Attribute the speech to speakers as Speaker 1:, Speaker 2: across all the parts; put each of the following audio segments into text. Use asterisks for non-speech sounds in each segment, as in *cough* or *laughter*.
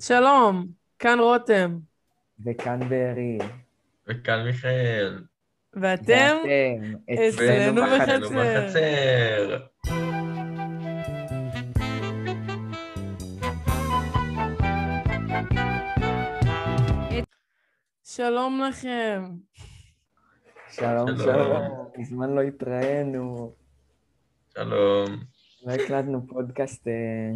Speaker 1: שלום, כאן רותם.
Speaker 2: וכאן בארי.
Speaker 3: וכאן מיכאל.
Speaker 1: ואתם?
Speaker 3: ואנו
Speaker 1: אצלנו בחצר.
Speaker 3: בחצר.
Speaker 1: שלום לכם.
Speaker 2: שלום,
Speaker 3: שלום.
Speaker 2: שלום. מזמן לא התראינו.
Speaker 3: שלום.
Speaker 2: לא הקלטנו פודקאסט... אה,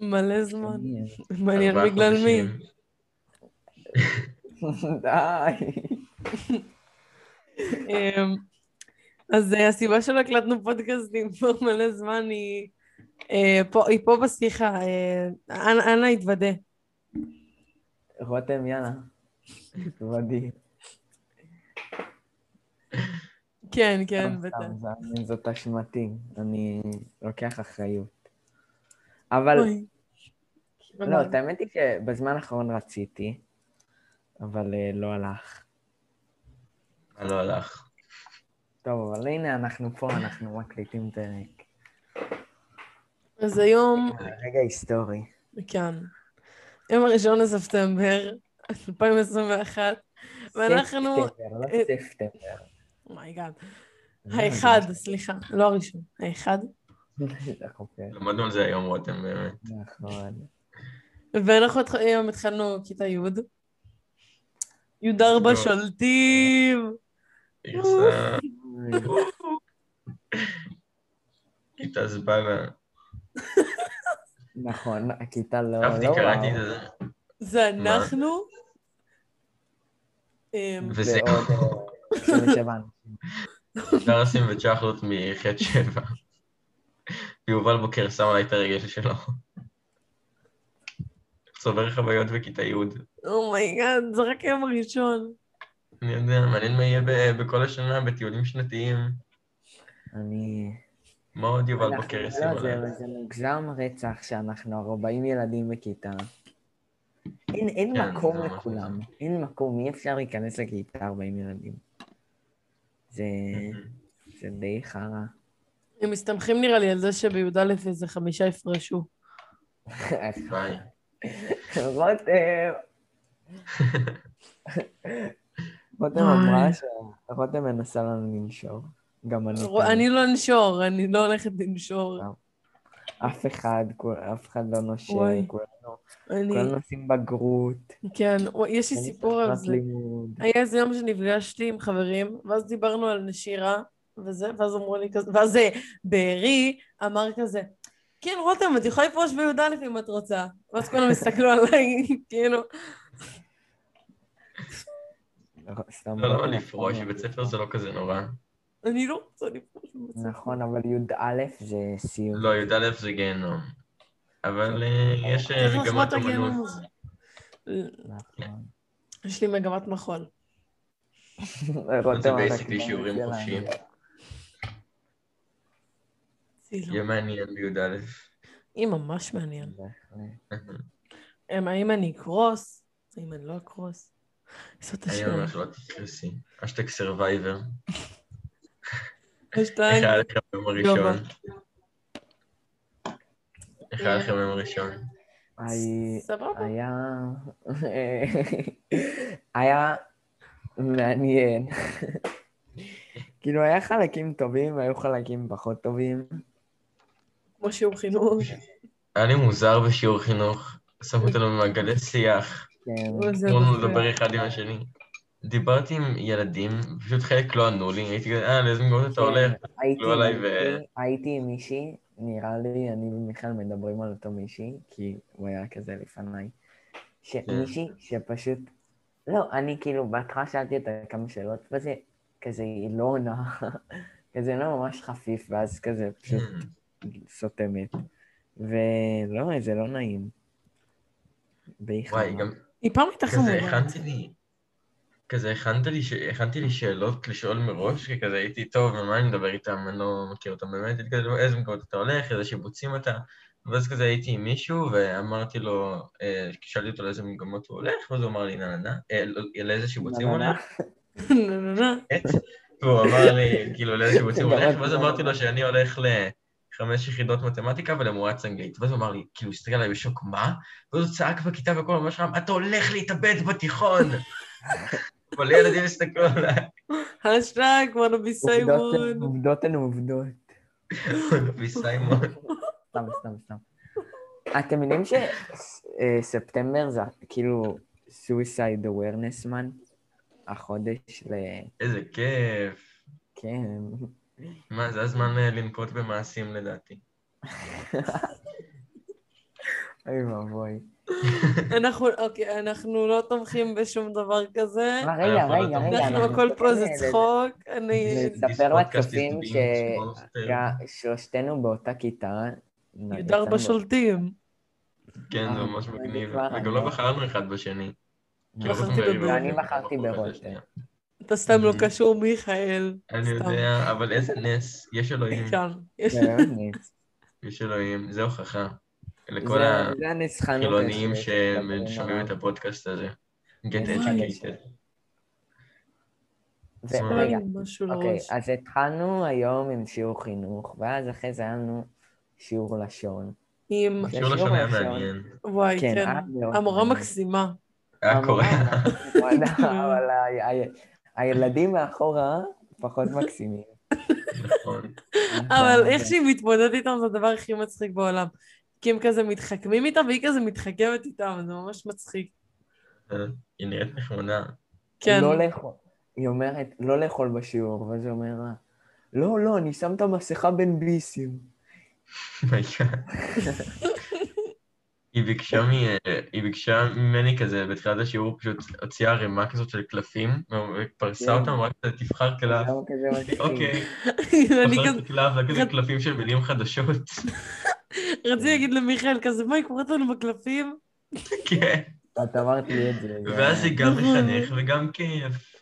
Speaker 1: מלא זמן.
Speaker 2: שני.
Speaker 1: מעניין
Speaker 3: ארבעה
Speaker 1: בגלל מי.
Speaker 3: חודשים.
Speaker 2: די.
Speaker 1: אמ, אז אה, הסיבה שלא הקלטנו פודקאסטים *laughs* כבר מלא זמן היא... אה, פה- היא פה בשיחה, אה, אנ- אנא התוודה.
Speaker 2: רותם, יאללה. כבודי.
Speaker 1: כן, כן,
Speaker 2: סתם,
Speaker 1: בטח.
Speaker 2: סתם, זה- זאת אשמתי. אני לוקח אחריות. אבל,
Speaker 1: אוי.
Speaker 2: לא, את האמת היא שבזמן האחרון רציתי, אבל אה, לא הלך.
Speaker 3: אה, לא הלך.
Speaker 2: טוב, אבל הנה אנחנו פה, אנחנו מקליטים פרק.
Speaker 1: אז היום,
Speaker 2: רגע היסטורי.
Speaker 1: כן. יום הראשון לספטמבר 2021. ואנחנו-
Speaker 2: ספטמבר, לא
Speaker 1: אה,
Speaker 2: ספטמבר.
Speaker 1: מייגאד. Oh
Speaker 2: אה, *laughs*
Speaker 1: האחד, סליחה, לא הראשון, האחד.
Speaker 3: למדנו על זה היום, רותם, באמת.
Speaker 2: נכון.
Speaker 1: ואנחנו התח- היום התחלנו כיתה י'. י' ארבע
Speaker 3: לא.
Speaker 1: שולטים!
Speaker 3: גרסה, כיתה זבלה.
Speaker 2: נכון, הכיתה לא...
Speaker 3: אהבתי,
Speaker 2: לא
Speaker 3: קראתי
Speaker 2: וואו.
Speaker 3: את זה.
Speaker 1: זה
Speaker 3: מה?
Speaker 1: אנחנו. אמ,
Speaker 3: וזה
Speaker 2: ועוד, אה, 27 אנשים.
Speaker 3: דרסים וצ'חלות מחטא שבע. ויובל בוקר שם עליי את הרגל שלו. צובר חוויות בכיתה י'.
Speaker 1: אומייגאד, זה רק היום הראשון.
Speaker 3: אני יודע, מעניין מה יהיה ב- בכל השנה, בטיולים שנתיים.
Speaker 2: אני...
Speaker 3: מה עוד יובל
Speaker 2: אנחנו-
Speaker 3: בוקר
Speaker 2: לא,
Speaker 3: ישים עליי?
Speaker 2: זה- זה מוגזם רצח שאנחנו 40 ילדים בכיתה. אין, אין
Speaker 3: כן,
Speaker 2: מקום
Speaker 3: זה ממש
Speaker 2: לכולם.
Speaker 3: מוגזם.
Speaker 2: אין מקום, אי אפשר להיכנס לכיתה 40 ילדים. זה, זה די חרא. *laughs*
Speaker 1: הם מסתמכים נראה לי על זה שבי"א איזה חמישה יפרשו.
Speaker 3: ביי.
Speaker 2: רותם. רותם אמרה שרותם מנסה לנו לנשור. גם אני.
Speaker 1: רוא- אני לא אנשור, אני לא הולכת לנשור. לא-
Speaker 2: אף אחד, כול- אף אחד לא נושר,
Speaker 1: וואי.
Speaker 2: כולנו כולנו
Speaker 1: אני,
Speaker 2: עושים בגרות.
Speaker 1: כן, וואי, יש לי
Speaker 2: אין
Speaker 1: סיפור על
Speaker 2: שנת
Speaker 1: זה.
Speaker 2: לימוד.
Speaker 1: היה איזה יום שנפגשתי עם חברים, ואז דיברנו על נשירה, וזה, ואז אמרו לי כזה, ואז אה, בארי אמר כזה, כן, רותם, את יכולה לפרוש בי"א אם את רוצה. ואז כולם הסתכלו עליי, *laughs* כאילו,
Speaker 2: ר- סתם
Speaker 3: לא, למה
Speaker 2: רותם
Speaker 3: לפרוש?
Speaker 2: אף פעם
Speaker 3: בבית ספר זה לא כזה נורא.
Speaker 1: אני לא רוצה לפרוש בבית ספר."
Speaker 2: נכון, אבל י"א זה סיום.
Speaker 3: לא, י"א זה גיהנום. אבל אה, יש אה,
Speaker 1: צריך לחוות
Speaker 3: מגמת
Speaker 1: את הגיהנום
Speaker 3: אומנות.
Speaker 1: הזה.
Speaker 2: נכון.
Speaker 1: יש לי מגמת מחול.
Speaker 3: זה
Speaker 2: *laughs* רותם הולך
Speaker 3: basically
Speaker 2: כבר
Speaker 3: שיעורים
Speaker 2: שלנו.
Speaker 3: חופשיים.
Speaker 1: צילום.
Speaker 3: יהיה מעניין בי"א.
Speaker 1: כאילו.
Speaker 3: *laughs*
Speaker 1: היא ממש מעניין.
Speaker 2: כן, בהחלט.
Speaker 1: אמ, האם אני אקרוס? האם אני לא אקרוס? זאת
Speaker 3: אני
Speaker 1: השאלה.
Speaker 3: ממש לא תקרסי. אשטג סרווייבר. איך
Speaker 1: השתיים.
Speaker 3: היה לך ביום
Speaker 1: יובה.
Speaker 3: הראשון? איך היה לך ביום הראשון?
Speaker 2: היי,
Speaker 1: סבבה.
Speaker 2: היה... היה מעניין. כאילו, היה חלקים טובים, היו חלקים פחות טובים.
Speaker 1: כמו שיעור חינוך.
Speaker 3: היה לי מוזר בשיעור חינוך. שמו אותנו במעגלי שיח.
Speaker 2: כן,
Speaker 1: זה
Speaker 3: אמרנו
Speaker 1: דווקא.
Speaker 3: לדבר אחד עם השני. דיברתי עם ילדים, פשוט חלק לא ענו לי, הייתי כזה, אה, לאיזה מגמות אתה הולך?
Speaker 2: הייתי
Speaker 3: לא עליי
Speaker 2: עם
Speaker 3: ו-
Speaker 2: מישהי- הייתי עם מישהי, נראה לי, אני ומיכל מדברים על אותו מישהי, כי הוא היה כזה לפניי.
Speaker 3: כן.
Speaker 2: שמישהי שפשוט... לא, אני כאילו, בהתחלה שאלתי אותה כמה שאלות, וזה כזה, היא לא עונה. *laughs* כזה לא ממש חפיף, ואז כזה
Speaker 1: כן.
Speaker 2: פשוט
Speaker 3: "אה,
Speaker 2: סותמת. ולא, זה לא נעים. והיא
Speaker 3: וואי,
Speaker 2: חמה.
Speaker 3: גם
Speaker 1: היא פעם הייתה
Speaker 3: כזה
Speaker 2: לא.
Speaker 1: חמורה.
Speaker 3: הכנתי לי, כזה הכנתי לי, ש- הכנתי לי שאלות לשאול מראש, כי כזה הייתי טוב, ומה אני מדבר איתם, אני לא מכיר אותם באמת, הייתי כזה, איזה מקומות אתה הולך, איזה שיבוצים אתה, ואז כזה הייתי עם מישהו, ואמרתי לו, אה, שאלתי אותו לאיזה מקומות הוא הולך, ואז הוא אמר לי, נה נה נה, אה, לא, לאיזה שיבוצים הוא
Speaker 2: נה, נה,
Speaker 3: הולך,
Speaker 1: נה, נה, נה.
Speaker 3: והוא אמר לי, כאילו, לאיזה שיבוצים הוא
Speaker 2: ברק *laughs*
Speaker 3: הולך, ואז
Speaker 2: נה,
Speaker 3: אמרתי
Speaker 2: נה.
Speaker 3: לו שאני הולך ל... חמש יחידות מתמטיקה ולמואץ אנגלית. ואז הוא אמר לי, כאילו, הסתכל עליי בשוק, מה? ואז הוא צעק בכיתה וכל ממש רם, אתה הולך להתאבד בתיכון! *laughs* מלא ילדים הסתכלו עליי. *laughs*
Speaker 1: השטג, וואנאבי
Speaker 2: עובדות הן-
Speaker 1: סיימון.
Speaker 2: עובדות הן עובדות.
Speaker 3: וסיימון.
Speaker 2: סתם, סתם, סתם. אתם יודעים שספטמבר זה כאילו suicide awareness month? החודש ל...
Speaker 3: איזה כיף.
Speaker 2: כן.
Speaker 3: מה, זה הזמן אה, לנקוט במעשים לדעתי.
Speaker 2: אוי ואבוי.
Speaker 1: אנחנו, אוקיי, אנחנו לא תומכים בשום דבר כזה.
Speaker 2: מה, רגע,
Speaker 3: אנחנו לא
Speaker 2: רגע,
Speaker 3: תומכים.
Speaker 2: רגע.
Speaker 1: אנחנו, הכל פה זה צחוק. אני...
Speaker 2: נספר
Speaker 3: This podcast is
Speaker 2: לצופים
Speaker 3: being exposed.
Speaker 2: ששלושתנו באותה כיתה.
Speaker 1: יודר
Speaker 2: יצאנו-
Speaker 1: בשולטים.
Speaker 3: כן, זה
Speaker 2: אה,
Speaker 3: ממש
Speaker 2: אני
Speaker 3: מגניב.
Speaker 2: כבר-
Speaker 3: וגם לא בחרנו אחד בשני. כאילו,
Speaker 1: לא בחרתי
Speaker 3: אנחנו
Speaker 1: בברוטר.
Speaker 3: מריבים
Speaker 2: אני
Speaker 3: אחד
Speaker 2: בחרתי
Speaker 3: בחוץ,
Speaker 2: ברוטר.
Speaker 3: זה שנייה.
Speaker 1: אתה סתם לא
Speaker 3: Mhm.
Speaker 1: קשור, מיכאל.
Speaker 3: אני
Speaker 1: סתם.
Speaker 3: יודע, אבל איזה נס,
Speaker 2: *laughs*
Speaker 3: יש אלוהים,
Speaker 2: כן.
Speaker 1: אפשר. יש-
Speaker 2: זה באמת נס.
Speaker 3: יש אלוהים, זה הוכחה. לכל
Speaker 2: זה- זה הנסחנות.
Speaker 3: החילונים
Speaker 2: הזה,
Speaker 3: שהם
Speaker 2: מדברים
Speaker 3: שומעים
Speaker 2: עליו.
Speaker 3: את הפודקאסט הזה. Get
Speaker 2: וואי.
Speaker 3: educated.
Speaker 2: זה-
Speaker 3: עצמם.
Speaker 2: רגע,
Speaker 1: אין משהו
Speaker 2: אוקיי,
Speaker 1: לראש.
Speaker 2: אז התחלנו היום עם שיעור חינוך, ואז אחרי זה היה לנו שיעור לשון.
Speaker 1: עם...
Speaker 3: שיעור לשון היה
Speaker 2: הראשון.
Speaker 3: מעניין.
Speaker 1: וואי, כן.
Speaker 2: אה, מאוד
Speaker 1: המורה
Speaker 2: מעניין.
Speaker 1: מקסימה.
Speaker 3: היה
Speaker 2: המורה
Speaker 3: קורה.
Speaker 2: ממש-
Speaker 1: *laughs*
Speaker 2: וואלה, אבל ה- ה- הילדים מאחורה פחות מקסימים.
Speaker 3: נכון.
Speaker 1: *laughs* אבל איך שהיא מתמודדת איתם זה הדבר הכי מצחיק בעולם. כי הם כזה מתחכמים איתה והיא כזה מתחכמת איתם, זה ממש מצחיק.
Speaker 3: היא נראית Oh נחמדה.
Speaker 1: כן.
Speaker 2: לא לאכול. היא אומרת, לא לאכול בשיעור, ואז היא אומרת, לא, לא, אני שם את המסכה בין ביסים. *laughs*
Speaker 3: מייגאד. היא ביקשה, מ... היא ביקשה ממני כזה, בתחילת השיעור פשוט הוציאה ערימה כזאת של קלפים, ופרסה
Speaker 2: כן.
Speaker 3: אותם, רק כזה, תבחר
Speaker 2: זה לא
Speaker 3: קלף.
Speaker 2: היה כזה מצחיק.
Speaker 3: לא. אוקיי,
Speaker 1: אני
Speaker 3: בחרתי
Speaker 1: כזה
Speaker 3: קלף, זה היה כזה
Speaker 1: רד-
Speaker 3: קלפים של מילים חדשות. *laughs*
Speaker 1: רציתי להגיד למיכאל כזה, מה, היא קוראת לנו בקלפים?
Speaker 3: כן.
Speaker 2: את אמרת לי את זה. זה
Speaker 3: ואז
Speaker 2: היה-
Speaker 3: היא גם מחנך וגם כיף.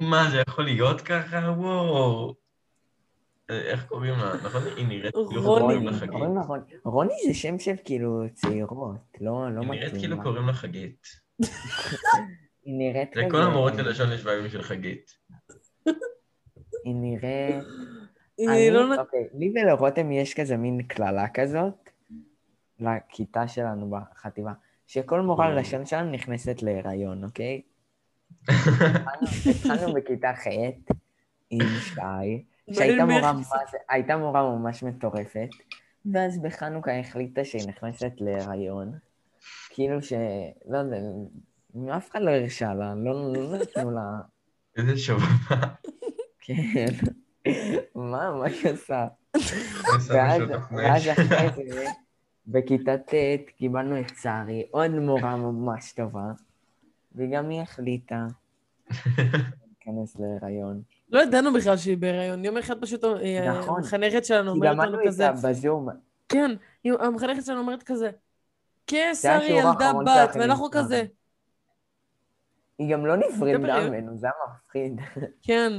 Speaker 3: מה, זה יכול להיות ככה? וואו. אה, איך קוראים לה? נכון? היא נראית כאילו
Speaker 1: רוני.
Speaker 3: קוראים לה
Speaker 2: רוני,
Speaker 3: חגית.
Speaker 2: קוראים לה רוני. רוני זה שם של כאילו צעירות, לא לא
Speaker 3: היא
Speaker 2: מתאים.
Speaker 3: נראית כאילו
Speaker 2: לה.
Speaker 3: קוראים לה חגית.
Speaker 2: היא נראית
Speaker 3: זה כל
Speaker 2: כזה-
Speaker 3: המורות ללשון יש בעיות של חגית. *laughs*
Speaker 2: היא נראית...
Speaker 1: היא
Speaker 2: אני-
Speaker 1: לא נ-
Speaker 2: אוקיי, לי ולרותם יש כזה מין קללה כזאת, לכיתה שלנו בחטיבה, שכל מורה
Speaker 3: אוקיי.
Speaker 2: ללשון שלנו נכנסת להיריון, אוקיי? התחלנו- התחלנו בכיתה ח' עם שי, שהייתה
Speaker 1: מעניין מי
Speaker 2: מורה
Speaker 1: הכניסה.
Speaker 2: ממש- הייתה מורה ממש מטורפת, ואז בחנוכה החליטה שהיא נכנסת להיריון. כאילו ש... לא יודע, אף אחד לא הרשה לה, לא לא נתנו לה... *laughs*
Speaker 3: איזה שבבה.
Speaker 2: כן. מה, מה היא עושה?
Speaker 3: אני שם
Speaker 2: ואז
Speaker 3: מישהו תוך
Speaker 2: ואז
Speaker 3: מאש. *laughs*
Speaker 2: אחרי זה, בכיתה ט' קיבלנו את שרי, עוד מורה ממש טובה, וגם היא החליטה להיכנס להיריון.
Speaker 1: לא ידענו בכלל שהיא בהיריון. יום אחד פשוט אה,
Speaker 2: נכון.
Speaker 1: המחנכת שלנו
Speaker 2: כי
Speaker 1: אומרת לנו
Speaker 2: למדנו
Speaker 1: כזה,
Speaker 2: איתה בזום,
Speaker 1: כן, היא- המחנכת שלנו אומרת כזה, כן,
Speaker 2: היה
Speaker 1: שרי
Speaker 2: השיעור
Speaker 1: ילדה
Speaker 2: האחרון
Speaker 1: בת,
Speaker 2: שלך,
Speaker 1: ואנחנו
Speaker 2: אני
Speaker 1: כזה,
Speaker 2: היא גם לא נפרדה
Speaker 1: בהיריון.
Speaker 2: ממנו, זה היה מפחיד.
Speaker 1: כן,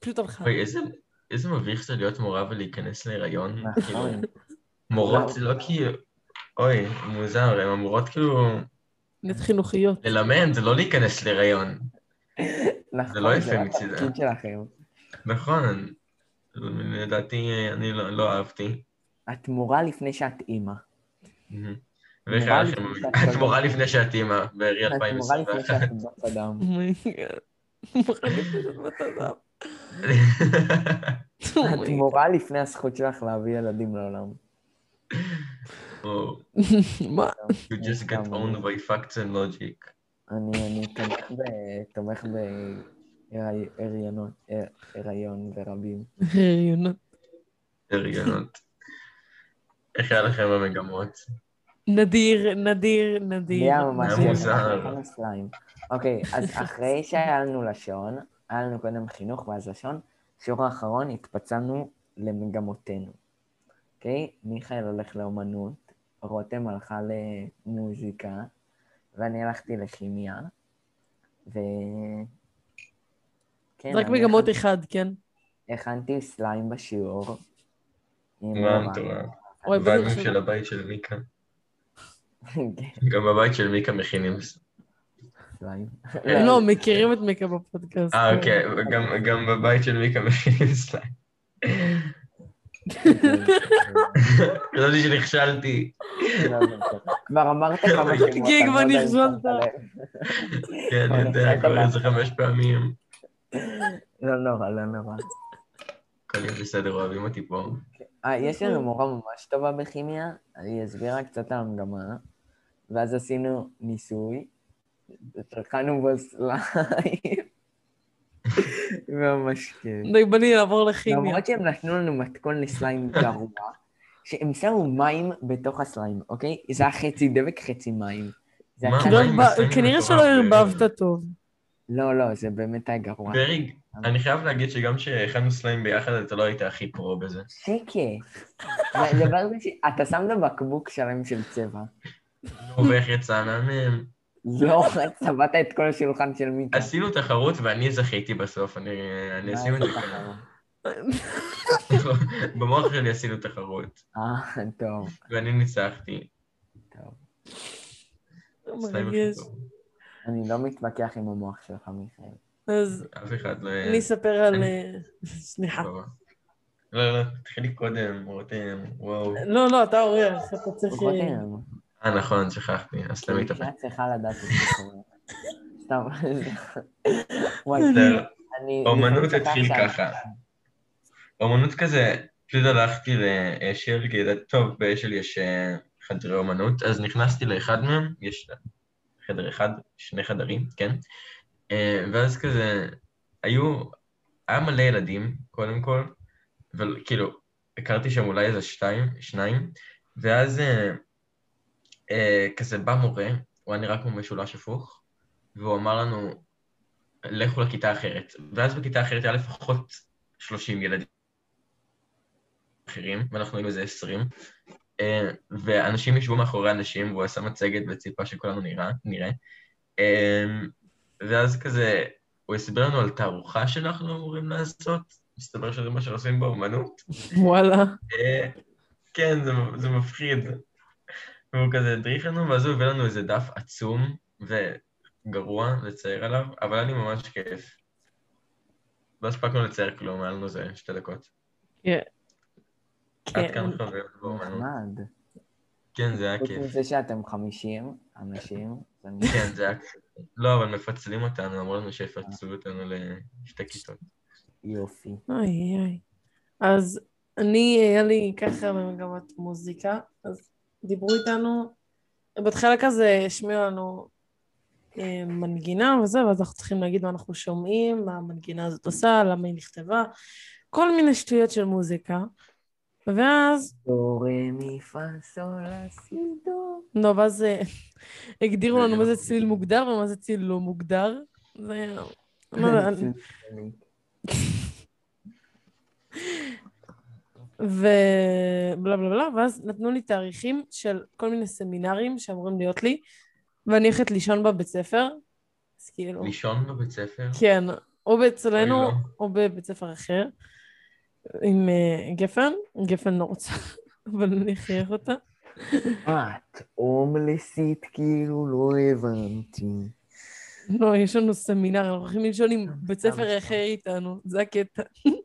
Speaker 1: פשוט הלכה.
Speaker 3: אוי, איזה- איזה מביך זה להיות מורה ולהיכנס להיריון. כאילו,
Speaker 2: נכון.
Speaker 3: מורות זה לא כאילו... אוי, מוזר, הן אמורות כאילו
Speaker 1: נהיית חינוכיות.
Speaker 3: ללמד, זה לא להיכנס להיריון.
Speaker 2: נכון,
Speaker 3: זה לא יפה
Speaker 2: רק
Speaker 3: מצידה.
Speaker 2: התפקיד שלכם.
Speaker 3: נכון. לדעתי, אני לא לא אהבתי.
Speaker 2: את מורה לפני שאת אימא.
Speaker 3: ואיך
Speaker 2: מורה
Speaker 3: היה לכם?
Speaker 2: לפני שאת
Speaker 3: את מורה לפני שאת אימא, בארי
Speaker 2: את מורה לפני
Speaker 3: 2021.
Speaker 2: שאת בת
Speaker 1: *laughs*
Speaker 2: אדם.
Speaker 1: אומייגאד. Oh מחנכת של בת אדם. Oh
Speaker 2: את מורה לפני הזכות שלך להביא ילדים לעולם.
Speaker 3: *laughs* Oh,
Speaker 1: מה?
Speaker 3: You just get owned by facts and logic.
Speaker 2: אני אני תומך ב- תומך בהיריונות, הריון ורבים.
Speaker 1: הריונות.
Speaker 3: הריונות.
Speaker 2: *laughs*
Speaker 3: איך היה לכם במגמות?
Speaker 1: נדיר, נדיר, נדיר.
Speaker 2: היה ממש
Speaker 3: היה
Speaker 2: יפה,
Speaker 3: מוזר.
Speaker 2: כמה סליים. אוקיי, אז אחרי שהיה לנו לשון, היה לנו קודם חינוך ואז לשון, שיעור האחרון התפצלנו למגמותינו. אוקיי? מיכאל הולך לאומנות, רותם הלכה למוזיקה, ואני הלכתי לכימיה, ו... כן,
Speaker 1: רק
Speaker 2: אני
Speaker 1: מגמות
Speaker 2: הכנתי-
Speaker 1: אחד, כן.
Speaker 2: הכנתי סליים בשיעור. עם
Speaker 3: וואו,
Speaker 2: רובן.
Speaker 3: מטורף.
Speaker 1: אוי,
Speaker 3: ואני
Speaker 1: בדיוק.
Speaker 3: של הבית של מיקה.
Speaker 2: *laughs* כן,
Speaker 3: גם בבית של מיקה מכינים.
Speaker 2: סליים.
Speaker 1: לא, מכירים את מיקה בפודקאסט.
Speaker 3: אוקיי. אה, אוקיי, גם- גם בבית של מיקה מכינים סליים. חשבתי שנכשלתי.
Speaker 2: לא, לא, לא. כבר אמרת כמה שמות.
Speaker 1: *laughs* כי
Speaker 2: אני
Speaker 1: כבר
Speaker 2: לא יודע אם
Speaker 1: נכשלת.
Speaker 2: שמת לב.
Speaker 3: כן,
Speaker 1: נכון,
Speaker 3: אני יודע, כבר איזה חמש פעמים.
Speaker 2: לא נורא, לא נורא.
Speaker 3: הכל יהיה בסדר, אוהבים אותי פה.
Speaker 2: אה, יש לנו מורה ממש טובה בכימיה, היא הסבירה קצת על המגמה, ואז עשינו ניסוי, וצרכנו בו סליים. *laughs* ממש כיף.
Speaker 1: די, בא לי לעבור לכימיה.
Speaker 2: למרות שהם נתנו לנו מתכון לסליים גרוע, שהם שמו מים בתוך הסליים, אוקיי? זה היה חצי דבק, חצי מים. זה היה
Speaker 3: מה?
Speaker 2: קצת-
Speaker 1: לא
Speaker 3: מים
Speaker 1: ערבב-
Speaker 3: בסלעים
Speaker 1: כנראה
Speaker 3: מטורף,
Speaker 1: שלא
Speaker 3: אה.
Speaker 1: ערבבת טוב.
Speaker 2: לא, לא, זה באמת היה גרוע.
Speaker 3: בריג, אני חייב להגיד שגם כשהכנו סלעים ביחד, אתה לא היית הכי פרו בזה.
Speaker 2: שקט. דבר זה ש... אתה שמת בקבוק שלם של צבע.
Speaker 3: נו, ואיך יצאנו מהם?
Speaker 2: לא, צבעת את כל השולחן של מיקה.
Speaker 3: עשינו תחרות ואני זכיתי בסוף, אני אני עשינו את זה.
Speaker 2: ככה.
Speaker 3: *laughs* במוח שלי עשינו תחרות,
Speaker 2: אה, טוב,
Speaker 3: ואני ניצחתי.
Speaker 2: טוב.
Speaker 3: סלעים
Speaker 1: מרגש.
Speaker 3: הכי טוב.
Speaker 2: אני לא מתווכח עם המוח שלך, מיכאל.
Speaker 1: אז
Speaker 3: אף אחד לא...
Speaker 1: אני אספר על...
Speaker 3: אני-
Speaker 1: אה, *laughs* סליחה.
Speaker 3: לא, לא, לא, תתחילי קודם, רותם, וואו.
Speaker 1: לא, לא, אתה אורח, אתה צריך... אה,
Speaker 2: רותם,
Speaker 3: אה, נכון, שכחתי, אז תמיד
Speaker 2: מיכאל
Speaker 3: תפקיד.
Speaker 2: צריכה לדעת את זה קורה. סתם. וואי,
Speaker 3: בסדר.
Speaker 2: אני...
Speaker 3: אומנות
Speaker 2: לפעמים
Speaker 3: אה, התחיל
Speaker 2: שכחתי.
Speaker 3: ככה. אומנות כזה, פשוט הלכתי לאשל, כי ידעתי, טוב, באשל יש אה, חדרי אומנות, אז נכנסתי לאחד מהם, יש חדר אחד, שני חדרים, כן? אה, ואז כזה, היו, היה מלא ילדים, קודם כל, וכאילו, הכרתי שם אולי איזה שתיים, שניים, ואז אה, אה, כזה בא מורה, הוא היה נראה כמו משולש הפוך, והוא אמר לנו, לכו לכיתה אחרת. ואז בכיתה אחרת היה לפחות 30 ילדים אחרים, ואנחנו היינו איזה 20, אה, ואנשים ישבו מאחורי אנשים, והוא עשה מצגת וציפה שכולנו נראה, נראה. אה, ואז כזה, הוא הסביר לנו על תערוכה שאנחנו אמורים לעשות, מסתבר שזה מה שעושים באומנות.
Speaker 1: וואלה.
Speaker 3: אה, כן, זה, זה מפחיד. והוא כזה הדריך לנו, ואז הוא הביא לנו איזה דף עצום וגרוע לצייר עליו, אבל היה לי ממש כיף. לא הספקנו לצייר כלום, היה לנו איזה שתי דקות. עד
Speaker 1: כן.
Speaker 3: כאן חבר באומנות.
Speaker 2: נחמד.
Speaker 3: כן, זה היה
Speaker 2: חוץ
Speaker 3: כיף.
Speaker 2: מזה שאתם 50 אנשים, זה
Speaker 3: כן, זה היה כיף. לא, אבל מפצלים אותנו, אמרו לנו שיפצלו אותנו לשתי כיתות.
Speaker 2: יופי.
Speaker 1: אוי אוי. אז אני, היה לי ככה במגמת מוזיקה, אז דיברו איתנו, בהתחלה כזה השמיעו לנו אה, מנגינה וזה, ואז אנחנו צריכים להגיד מה אנחנו שומעים, מה המנגינה הזאת עושה, למה היא נכתבה, כל מיני שטויות של מוזיקה. ואז,
Speaker 2: דו, רי, מי, פה, סול, לה, סי, דו.
Speaker 1: לא, ואז אה, הגדירו לנו מה זה צליל מוגדר ומה זה צליל לא מוגדר. זה...
Speaker 2: כן,
Speaker 1: לא, יודע, אני- ובלה בלה בלה, ואז נתנו לי תאריכים של כל מיני סמינרים שאמורים להיות לי, ואני הולכת לישון בבית ספר, אז כאילו...
Speaker 3: לישון בבית ספר?
Speaker 1: כן, או באצלנו,
Speaker 3: אוי, לא.
Speaker 1: או בבית ספר אחר, עם אה, גפן, גפן לא רוצה, *laughs* אבל אני אחייך אותה.
Speaker 2: את הומלסית, כאילו לא הבנתי.
Speaker 1: לא, יש לנו סמינר, אנחנו הולכים לישון עם
Speaker 3: אה,
Speaker 1: בית
Speaker 2: סתם,
Speaker 1: ספר
Speaker 2: סתם.
Speaker 1: אחר איתנו, זה הקטע.
Speaker 3: כאילו,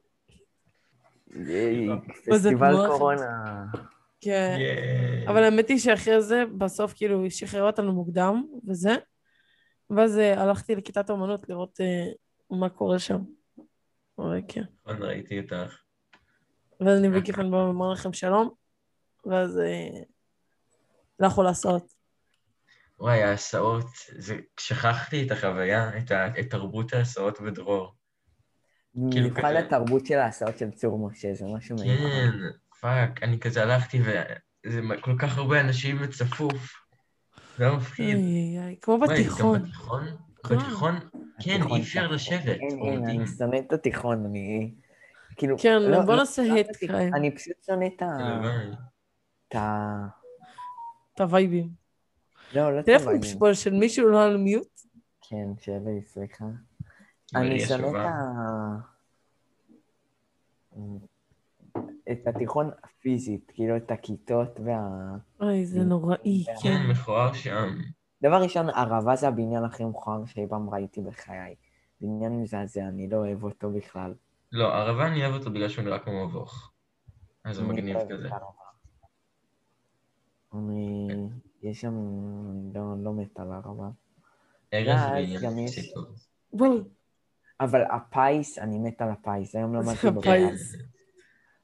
Speaker 2: ייי,
Speaker 1: מה זה,
Speaker 2: פסטיבל
Speaker 1: תנועה?
Speaker 2: קורונה.
Speaker 1: כן.
Speaker 3: ייי.
Speaker 1: אבל האמת היא שאחרי זה, בסוף כאילו שחררו אותנו מוקדם, וזה. ואז אה, הלכתי לכיתת האומנות לראות אה, מה קורה שם. אבל כן.
Speaker 3: נכון, ראיתי אותך.
Speaker 1: ואז אני וגיפן בא ואומר לכם שלום, ואז אה, לכו לעשות.
Speaker 3: וואי, ההסעות, זה... שכחתי את החוויה, את, ה... את תרבות ההסעות בדרור. כאילו
Speaker 2: במיוחד
Speaker 3: כזה.
Speaker 2: התרבות של ההסעות של צור משה, זה משהו מיוחד.
Speaker 3: כן, פאק, אני כזה הלכתי וזה כל כך הרבה אנשים וצפוף. זה היה מפחיד.
Speaker 1: איי, איי, כמו
Speaker 3: כן. וואי, גם
Speaker 1: בתיכון.
Speaker 3: בתיכון?
Speaker 1: כן.
Speaker 3: בתיכון? כן,
Speaker 2: התיכון
Speaker 3: אי אפשר
Speaker 2: ככה.
Speaker 3: לשבת.
Speaker 2: אין, אין,
Speaker 3: עומדים.
Speaker 2: כן, אני שונא את התיכון, אני... כאילו...
Speaker 1: כן,
Speaker 2: לא,
Speaker 1: בוא
Speaker 2: לא,
Speaker 1: נעשה
Speaker 2: לא
Speaker 1: הט
Speaker 2: התיכון,
Speaker 1: קריים,
Speaker 2: אני פשוט שונא את ה...
Speaker 3: הלוואי.
Speaker 2: את ה...
Speaker 1: את הווייבים.
Speaker 2: לא, לא
Speaker 1: טלפון
Speaker 2: טוב,
Speaker 1: שבול של מישהו לא על מיוט?
Speaker 2: כן, שלי, סליחה.
Speaker 3: אבל
Speaker 2: אני
Speaker 3: יש
Speaker 2: שונא את
Speaker 3: שובה.
Speaker 2: ה... את התיכון הפיזית, כאילו את הכיתות וה...
Speaker 1: אוי, זה נוראי, כן.
Speaker 3: Mm. כן, מכוער שם.
Speaker 2: דבר ראשון, הערבה זה הבניין הכי מכוער שאי פעם ראיתי בחיי. בניין מזעזע, אני לא אוהב אותו בכלל.
Speaker 3: לא, ערבה אני אוהב אותו בגלל שהוא נראה כמו מבוך. אז זה מגניב כזה.
Speaker 2: אה? אני... יש שם... לא, לא מת על הרבה.
Speaker 3: ארז
Speaker 2: ואז אה, גם
Speaker 3: ועניין
Speaker 2: יש-
Speaker 3: סיפור.
Speaker 1: וואי,
Speaker 2: אבל הפיס, אני מת על הפיס. היום
Speaker 1: אז
Speaker 2: למדתי בפיס.
Speaker 1: הפיס.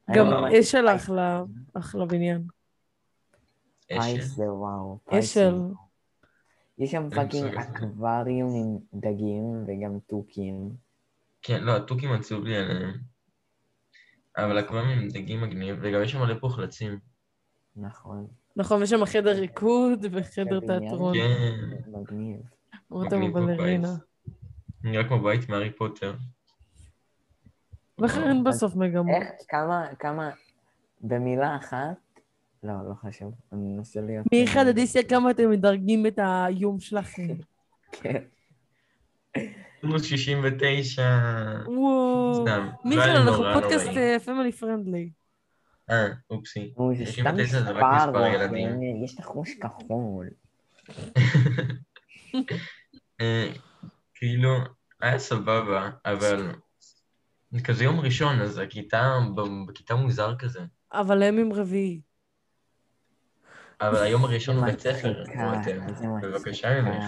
Speaker 1: גם
Speaker 2: היום
Speaker 3: לא-
Speaker 2: למדתי
Speaker 1: אשל אחלה, אחלה בניין.
Speaker 3: אשל.
Speaker 2: פיס זה וואו. פיס זה
Speaker 1: אשל,
Speaker 2: וואו. יש שם
Speaker 3: אין
Speaker 2: פאקינג
Speaker 3: מושג.
Speaker 2: אקווריום עם דגים וגם תוכים.
Speaker 3: כן, לא, התוכים עצוב לי עליהם. אבל הקוואמים הם דגים מגניב, וגם יש שם מלא פוחלצים.
Speaker 2: נכון.
Speaker 1: נכון, יש שם חדר ריקוד וחדר
Speaker 2: בבניין.
Speaker 1: תיאטרון.
Speaker 3: כן,
Speaker 2: מגניב.
Speaker 1: מוטה
Speaker 3: מגניב כמו
Speaker 1: בלרינה.
Speaker 3: בית. נראה כמו בית מהארי פוטר.
Speaker 1: ואחר אין בסוף מגמות.
Speaker 2: אה, איך, כמה, כמה, במילה אחת, לא, לא חשוב, אני מנסה להיות... אה,
Speaker 1: מאחד עד עשר כמה אתם מדרגים את האיום שלכם.
Speaker 2: כן.
Speaker 3: פלוס 69.
Speaker 1: וואו.
Speaker 3: סתם.
Speaker 1: מיכאל,
Speaker 3: לא,
Speaker 1: אנחנו
Speaker 3: נורא
Speaker 1: פודקאסט אה,
Speaker 3: נוראי.
Speaker 1: פמילי פרנדלי.
Speaker 3: אה, אופסי.
Speaker 2: נו, זה סתם
Speaker 3: 99 זה רק
Speaker 2: מספר,
Speaker 3: מספר
Speaker 2: אחי,
Speaker 3: ילדים.
Speaker 2: יש לך ראש כחול.
Speaker 3: אה, כאילו, היה סבבה, אבל... זה כזה יום ראשון, אז הכיתה, בכיתה מוזר כזה.
Speaker 1: אבל הם עם רביעי.
Speaker 3: אבל היום הראשון בבית
Speaker 2: איזה
Speaker 3: ספר,
Speaker 2: מצחיקה,
Speaker 3: רותם.
Speaker 2: איזה מצחיקה.
Speaker 3: בבקשה ממך.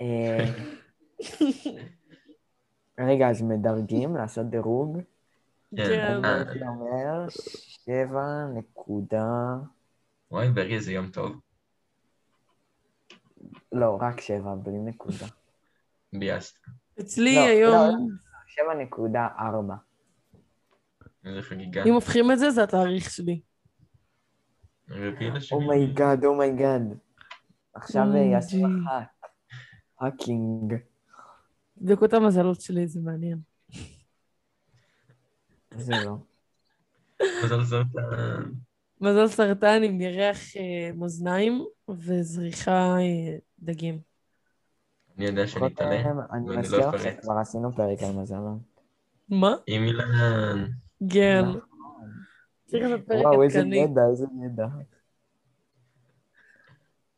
Speaker 2: אה, רגע, אז מדרגים לעשות דירוג?
Speaker 3: כן.
Speaker 1: כן.
Speaker 3: אה.
Speaker 2: אני אומר שבע נקודה...
Speaker 3: וואי, ברי, איזה יום טוב.
Speaker 2: לא, רק שבע, בלי נקודה.
Speaker 3: ביאסת.
Speaker 1: אצלי
Speaker 2: לא, לא,
Speaker 1: היום,
Speaker 2: שבע נקודה ארבע.
Speaker 3: איזה
Speaker 2: לא.
Speaker 3: חגיגה.
Speaker 1: אם הופכים את זה, זה התאריך שלי.
Speaker 3: רביעי לשני.
Speaker 2: Oh אומייגאד, אומייגאד. עכשיו
Speaker 1: Mm,
Speaker 2: אה, יעשו
Speaker 1: ג'י.
Speaker 2: אחת. האקינג.
Speaker 1: תבדקו את המזלות שלי, זה מעניין.
Speaker 2: זה לא.
Speaker 3: מזל זאת אה, ה...
Speaker 1: מזל סרטן עם ירח אה, מאזניים וזריחה אה, דגים.
Speaker 3: אני יודע שאני
Speaker 2: רותם,
Speaker 3: אתעלה.
Speaker 2: אני
Speaker 3: לא
Speaker 2: מזכיר לך
Speaker 3: אפרט.
Speaker 2: שכבר עשינו פרק על אה? מזלון.
Speaker 1: מה?
Speaker 3: עם אילן.
Speaker 1: כן.
Speaker 2: נכון.
Speaker 1: צריך לעשות פרק
Speaker 2: וואו, איזה
Speaker 1: עדכני.
Speaker 2: ידע, איזה ידע.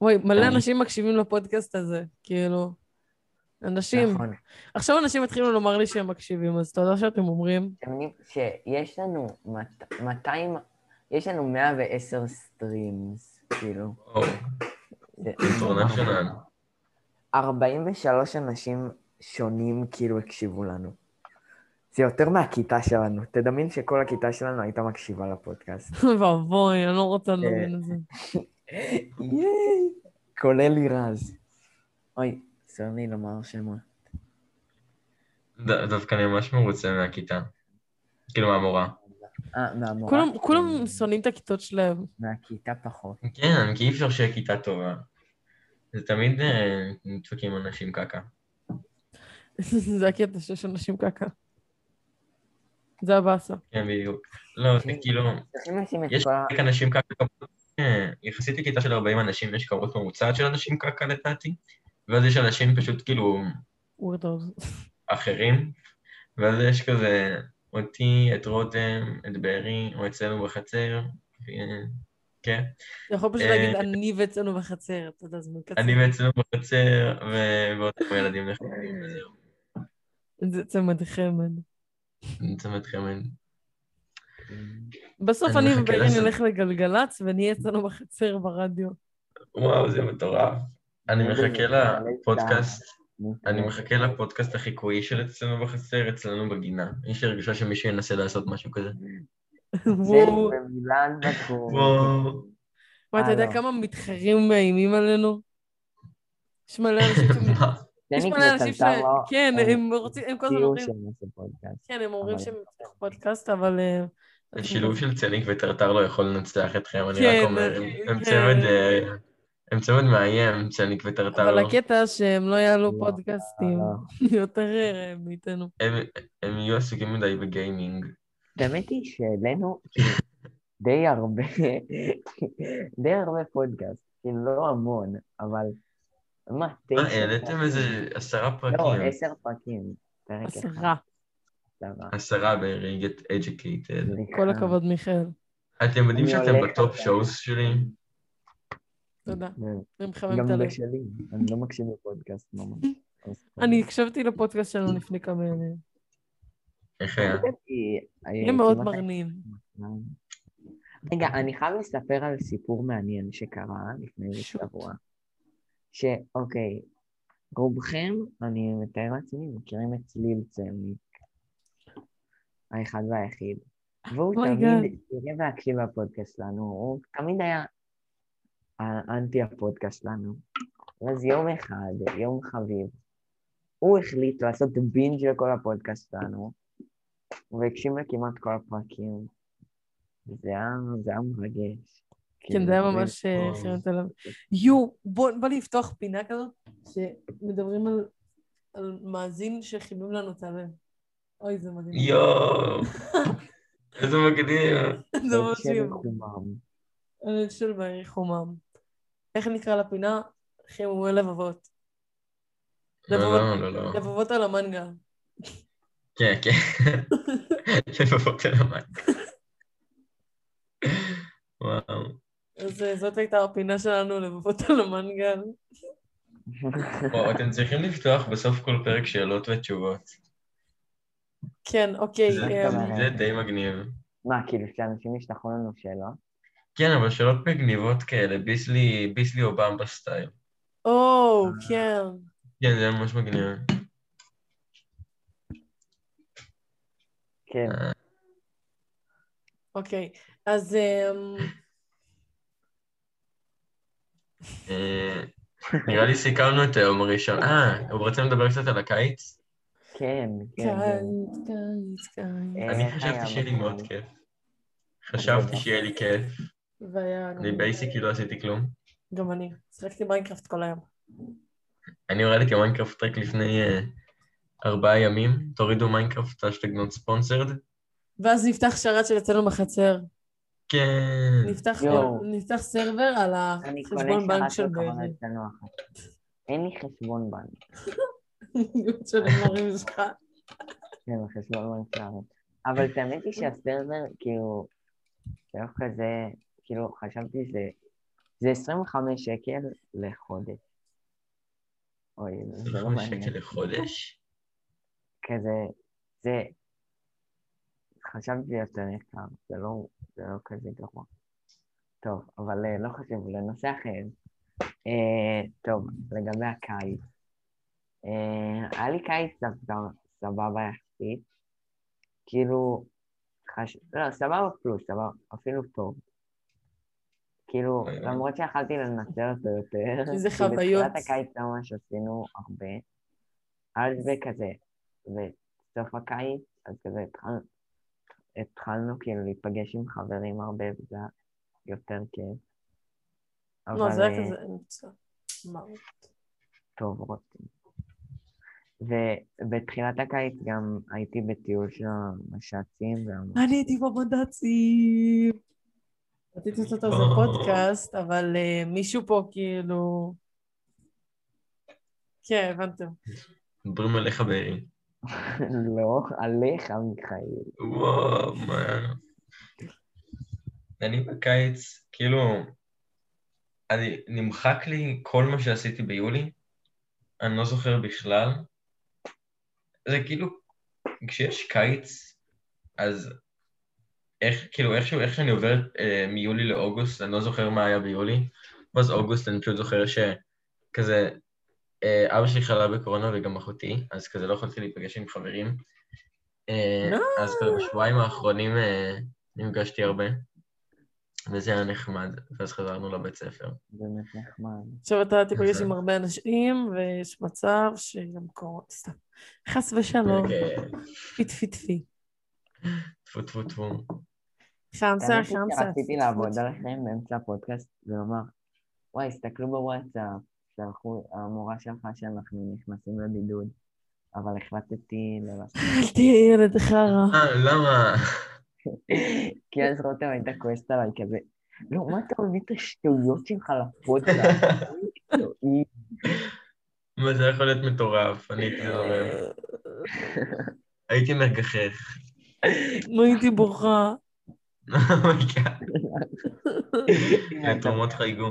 Speaker 1: וואי, מלא
Speaker 3: אני-
Speaker 1: אנשים מקשיבים לפודקאסט הזה, כאילו. אנשים.
Speaker 2: נכון.
Speaker 1: עכשיו אנשים התחילו לומר לי שהם מקשיבים, אז תודה שאתם אומרים. *laughs*
Speaker 2: אתם יודעים שיש לנו מת- 200, יש לנו 110 סטרימס, כאילו.
Speaker 3: או,
Speaker 2: זה-
Speaker 3: אינטרנשיונל.
Speaker 2: 43 אנשים שונים כאילו הקשיבו לנו. זה יותר מהכיתה שלנו. תדמיין שכל הכיתה שלנו הייתה מקשיבה לפודקאסט.
Speaker 1: ואבוי, אני לא רוצה
Speaker 3: אה,
Speaker 1: לדמיין את זה.
Speaker 2: ייי! כולל לירז. אוי, אסור לי לומר שמה.
Speaker 3: ד- דווקא אני ממש מרוצה מהכיתה. כאילו, מהמורה.
Speaker 2: אה, מהמורה.
Speaker 1: כולם-
Speaker 3: אה.
Speaker 1: כולם שונאים את הכיתות שלהם. *laughs*
Speaker 2: מהכיתה פחות.
Speaker 3: כן, כי אי אפשר שיהיה כיתה טובה. זה תמיד אה, נדפקים אנשים קקה.
Speaker 1: זה הקטע שיש אנשים קקה. זה הבאסה.
Speaker 3: כן, בדיוק. לא, זה כאילו,
Speaker 2: צריכים לשים את
Speaker 3: יש
Speaker 2: כל ה...
Speaker 3: רק אנשים קקה, אה, יחסית לכיתה של 40 אנשים, יש כמות ממוצעת של אנשים קקה לדעתי, ואז יש אנשים פשוט כאילו
Speaker 1: וורדוז.
Speaker 3: אחרים, ואז יש כזה אותי, את רותם, את בארי, או אצלנו בחצר, ו- כן,
Speaker 1: *laughs* אתה יכול פשוט
Speaker 3: אה,
Speaker 1: להגיד, אני ואצלנו בחצר, אתה יודע, זה מקצר.
Speaker 3: אני ואצלנו בחצר, ו- ועוד כמה ילדים נחמדים, וזהו,
Speaker 1: זה צמד חמד.
Speaker 3: אני צמד חמד.
Speaker 1: בסוף
Speaker 3: אני
Speaker 1: אני
Speaker 3: מחכה
Speaker 1: ובארי
Speaker 3: לזה.
Speaker 1: נלך לגלגלצ ונהיה אצלנו
Speaker 3: *laughs*
Speaker 1: בחצר ברדיו.
Speaker 3: וואו, זה מטורף. אני מחכה לפודקאסט, אני
Speaker 2: אה,
Speaker 3: מחכה לפודקאסט החיקויי של אצלנו בחצר, אצלנו בגינה. יש לי הרגשה שמישהו ינסה לעשות משהו כזה.
Speaker 1: וואו.
Speaker 2: זה במילן בקור.
Speaker 3: וואו.
Speaker 1: וואי, אתה יודע
Speaker 2: הלו.
Speaker 1: כמה מתחרים מאיימים עלינו? יש מלא
Speaker 3: *laughs*
Speaker 1: אנשים
Speaker 3: *laughs*
Speaker 1: ש...
Speaker 3: מה?
Speaker 1: יש
Speaker 2: טניק
Speaker 1: מלא אנשים ש...
Speaker 2: וקנטר לא-
Speaker 1: כן,
Speaker 2: הם-
Speaker 1: הם רוצים, הם כל הזמן
Speaker 2: הציעו
Speaker 1: אומרים,
Speaker 2: שהם עשו פודקאסט.
Speaker 1: כן, הם אומרים
Speaker 2: אבל-
Speaker 1: שהם יצליחו פודקאסט, אבל... אה,
Speaker 2: אוקיי.
Speaker 3: זה שילוב של צליק וטרטר לא יכול לנצח אתכם, אני
Speaker 1: כן,
Speaker 3: רק אומר,
Speaker 2: אוקיי.
Speaker 3: הם- הם
Speaker 1: כן.
Speaker 3: צמד... אה, הם צמד מאיים, צליק וטרטר
Speaker 1: אבל
Speaker 3: לא.
Speaker 1: הקטע שהם לא יעלו
Speaker 2: לא,
Speaker 1: פודקאסטים,
Speaker 2: לא.
Speaker 1: *laughs* יותר אה, מאיתנו.
Speaker 3: הם- הם יהיו עסוקים מדי בגיימינג.
Speaker 2: האמת היא שהעלינו כאילו, די הרבה, די הרבה פודקאסט, כאילו לא המון, אבל מה, תשע
Speaker 3: מה, אה, העליתם
Speaker 2: פרקים?
Speaker 3: איזה עשרה
Speaker 2: לא,
Speaker 3: פרקים?
Speaker 2: עשר פרקים. פרק אחד,
Speaker 1: עשרה.
Speaker 2: עשרה.
Speaker 3: עשרה ב-Ring Get Educated.
Speaker 2: סליחה.
Speaker 1: כל הכבוד, מיכאל.
Speaker 3: אתם יודעים
Speaker 2: אני
Speaker 3: שאתם
Speaker 2: הולך
Speaker 3: בטופ
Speaker 2: על זה.
Speaker 3: שואוס שלי?
Speaker 1: תודה.
Speaker 2: כן,
Speaker 1: אני מחמם את
Speaker 2: גם
Speaker 1: הלב.
Speaker 2: בשלי, אני לא מקשיב לפודקאסט ממש. אז-
Speaker 1: אני הקשבתי לפודקאסט שלנו לפני כמה ימים.
Speaker 3: איך היה?
Speaker 2: אה, היא-
Speaker 1: יהיה מאוד
Speaker 2: כמעט-
Speaker 1: מרנין.
Speaker 2: רגע, אני חייב לספר על סיפור מעניין שקרה לפני איזה
Speaker 1: שוט.
Speaker 2: שבוע. שאוקיי, רובכם, אני מתאר לעצמי, מכירים את צליל צמניק, האחד והיחיד. והוא
Speaker 1: Oh my
Speaker 2: תמיד תראה והקשיב לפודקאסט שלנו, הוא תמיד היה האנטי הפודקאסט שלנו. אז יום אחד, יום חביב, הוא החליט לעשות בינג' לכל הפודקאסט שלנו, והקשיב לכמעט כל הפרקים. זה היה, זה היה מרגש.
Speaker 1: כן,
Speaker 2: כאילו,
Speaker 1: זה היה ממש אה,
Speaker 3: אוי.
Speaker 1: חרמת עליו. יו, בוא בוא נפתוח פינה כזאת, שמדברים על- על מאזין שחימם לנו את הלב. אוי, זה מדהים.
Speaker 2: *laughs*
Speaker 3: יואו! איזה מקדים.
Speaker 1: *laughs* זה
Speaker 2: כן, זה
Speaker 1: ממש
Speaker 2: שם
Speaker 1: מדהים.
Speaker 2: מחומם.
Speaker 1: הלל אה, של בארי חומם. איך נקרא לפינה? חימומי לבבות.
Speaker 3: לא,
Speaker 1: לבבות-
Speaker 3: לא, לא, לא.
Speaker 1: לבבות על המנגה.
Speaker 3: כן, כן. *laughs* לבבות על המים. וואו.
Speaker 1: אז אה, זאת הייתה הפינה שלנו, לבבות על המנגל.
Speaker 3: וואו, אתם צריכים לפתוח בסוף כל פרק שאלות ותשובות.
Speaker 1: כן, אוקיי.
Speaker 3: זה-
Speaker 1: אה,
Speaker 2: גם-
Speaker 3: זה די מגניב.
Speaker 2: מה, כאילו שאנשים ישלחו לנו שאלות?
Speaker 3: כן, אבל שאלות מגניבות כאלה, ביסלי, ביסלי אובמבה סטייל.
Speaker 1: או, כן.
Speaker 3: כן, זה היה ממש מגניב.
Speaker 2: כן.
Speaker 3: אה,
Speaker 1: אוקיי. אז אה,
Speaker 3: אה, נראה לי סיכמנו את היום הראשון. אה, הוא רוצה לדבר קצת על הקיץ?
Speaker 2: כן, כן.
Speaker 1: קיץ,
Speaker 2: זה-
Speaker 1: קיץ, קיץ.
Speaker 2: אה,
Speaker 3: אני
Speaker 2: איך
Speaker 3: חשבתי
Speaker 2: היה
Speaker 3: שיהיה לי
Speaker 2: בכלל?
Speaker 3: מאוד כיף. חשבתי שיהיה לי כיף.
Speaker 1: והיה...
Speaker 3: אני בייסיקי לא עשיתי כלום.
Speaker 1: גם אני. שיחקתי מיינקראפט כל היום.
Speaker 3: אני הורדתי מיינקראפט רק לפני אה, ארבעה ימים. תורידו מיינקראפט, אשטג נוט ספונסרד.
Speaker 1: ואז נפתח שרת של אצלנו בחצר.
Speaker 3: כן.
Speaker 1: נפתח-
Speaker 2: יואו.
Speaker 1: נפתח סרבר על
Speaker 2: אני
Speaker 1: החשבון
Speaker 2: קונה
Speaker 1: בנק של
Speaker 2: שרת
Speaker 1: בארי.
Speaker 2: בקרון
Speaker 1: *laughs*
Speaker 2: אצלנו אחת. אין לי חשבון בנק,
Speaker 1: של המורים שלך.
Speaker 2: כן, חשבון בנק שלנו. אבל את האמת היא שהסרבר, כאילו, זה לא כזה, כאילו, חשבתי שזה, זה 25 שקל לחודש. אוי, זה לא
Speaker 3: 25
Speaker 2: מעניין.
Speaker 3: שקל לחודש?
Speaker 2: כזה, זה, חשבתי יותר יקר, זה לא, זה לא כזה גרוע. טוב, אבל אה, לא חשוב, לנושא אחר. אה, טוב, לגבי הקיץ. אה, היה לי קיץ דווקא סבבה יחסית. כאילו, חש... לא, סבבה פלוס, סבבה, אפילו טוב. כאילו,
Speaker 3: אוי, אוי.
Speaker 2: למרות שיכלתי לנצל אותו יותר,
Speaker 1: איזה
Speaker 2: כאילו, כי
Speaker 1: חוויות.
Speaker 2: בתחילת הקיץ לא ממש עשינו הרבה. אז זה כזה, בסוף הקיץ, אז כזה התחלנו, התחלנו כאילו להיפגש עם חברים הרבה, וזה היה יותר כיף.
Speaker 1: לא, זה היה
Speaker 2: אה,
Speaker 1: כזה... אני מצטער. מה?
Speaker 2: טוב רוצים. ובתחילת הקיץ גם הייתי בטיול של המש"צים, והמ-
Speaker 1: אני הייתי במד"צים. רציתי לעשות על זה פודקאסט, אבל אה, מישהו פה כאילו... כן, הבנתם.
Speaker 3: מדברים עליך בארי.
Speaker 2: *laughs* לא, עליך, מיכאל.
Speaker 3: וואו, מה... אני בקיץ, כאילו, אני, נמחק לי כל מה שעשיתי ביולי, אני לא זוכר בכלל. זה כאילו, כשיש קיץ, אז איך, כאילו, איכשהו, איך שאני עובר אה, מיולי לאוגוסט, אני לא זוכר מה היה ביולי, ואז אוגוסט אני פשוט זוכר שכזה, אה, אבא שלי חלה בקורונה וגם אחותי, אז כזה לא יכולתי להיפגש עם חברים. אה,
Speaker 1: לא.
Speaker 3: אז כזה בשבועיים האחרונים אה, נפגשתי הרבה, וזה היה נחמד, ואז חזרנו לבית ספר.
Speaker 2: באמת נחמד.
Speaker 1: עכשיו אתה תיפגש
Speaker 3: זה-
Speaker 1: עם הרבה אנשים, ויש מצב שגם קורות, סתם. חס ושלום,
Speaker 3: אוקיי,
Speaker 1: טפי טפי טפי.
Speaker 3: טפו טפו טפו.
Speaker 1: חמסה,
Speaker 2: האמת היא
Speaker 1: חמסה.
Speaker 2: שרציתי לעבוד עליכם באמצע הפודקאסט ולומר, וואי, הסתכלו בוואטסאפ, שלחו, המורה שלך שאנחנו נכנסים לבידוד, אבל החלטתי לא לעשות.
Speaker 1: אל תהיה ילד חרא.
Speaker 3: אה, למה? *laughs*
Speaker 2: כי אז רותם הייתה כועסת עליי כזה, לא, מה אתה מביא את השטויות שלך
Speaker 3: *laughs*
Speaker 2: לפודקאסט? לא, היא-
Speaker 3: מה זה לא יכול להיות מטורף? אני הייתי זורם.
Speaker 1: אה,
Speaker 3: הייתי מגחך. *laughs* Oh
Speaker 1: לא הייתי בוכה.
Speaker 3: אומייגאד,
Speaker 2: היא מצאה-
Speaker 3: תרומות חייגו.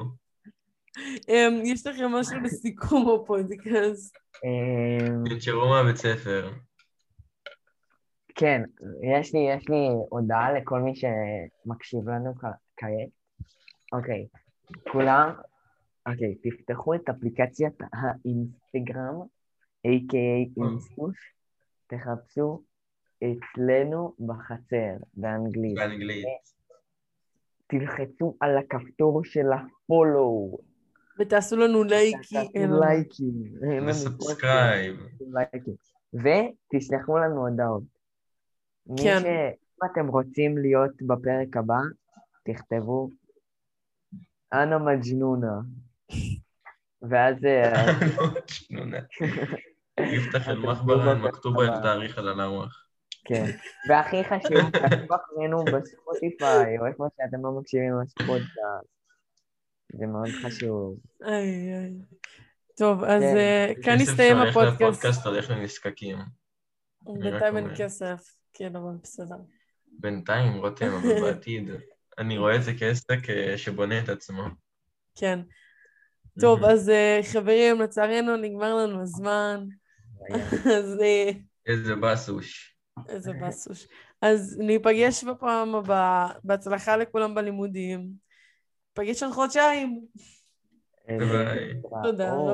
Speaker 1: אמ, יש לכם משהו לסיכום הפודקאסט?
Speaker 2: אמ,
Speaker 3: תנשרו מהבית ספר.
Speaker 2: כן, יש לי, יש לי הודעה לכל מי שמקשיב לנו כ- כעת. אוקיי, כולם, אוקיי, תפתחו את אפליקציית האינסטגרם, a.k.a. אינסטוש, תחפשו אצלנו בחצר, באנגלית.
Speaker 3: באנגלית.
Speaker 2: תלחצו על הכפתור של הפולו.
Speaker 1: ותעשו לנו לייקי. אין לנו.
Speaker 2: לייקים. אין לנו
Speaker 3: וסאבסקרייב.
Speaker 2: לייקים. ותשלחו לנו הודעות. מי
Speaker 1: כן.
Speaker 2: ש... אם אתם רוצים להיות בפרק הבא, תכתבו אנה מג'נונה. ואז... אה,
Speaker 3: *laughs* יפתח אל
Speaker 2: אתם
Speaker 3: מחברן,
Speaker 2: לא
Speaker 3: מכתוב
Speaker 2: בבית.
Speaker 3: אל תאריך על הלאווח.
Speaker 2: כן. והכי חשוב, תעקבו אחרינו בספוטיפיי, או איפה שאתם לא מקשיבים לספוטקאסט. זה מאוד חשוב.
Speaker 1: איי, איי. טוב, אז
Speaker 2: כן.
Speaker 1: אה, כאן
Speaker 3: כסף
Speaker 1: הסתיים
Speaker 3: שהולך
Speaker 1: הפודקאסט.
Speaker 3: לפודקאסט הולך לנזקקים.
Speaker 1: בינתיים אין
Speaker 3: אומר.
Speaker 1: כסף. כן, אבל בסדר.
Speaker 3: בינתיים, רותם,
Speaker 1: *laughs*
Speaker 3: אבל בעתיד. אני רואה את זה כעסק אה, שבונה את עצמו.
Speaker 1: כן. טוב, אז אה, חברים, לצערנו נגמר לנו הזמן, *laughs* אז אה,
Speaker 3: איזה באסוש.
Speaker 1: איזה בסוש. אז ניפגש בפעם הבאה, בהצלחה לכולם בלימודים. ניפגש עוד חודשיים.
Speaker 3: ביי.
Speaker 1: תודה
Speaker 2: אה, או.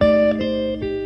Speaker 1: רבה.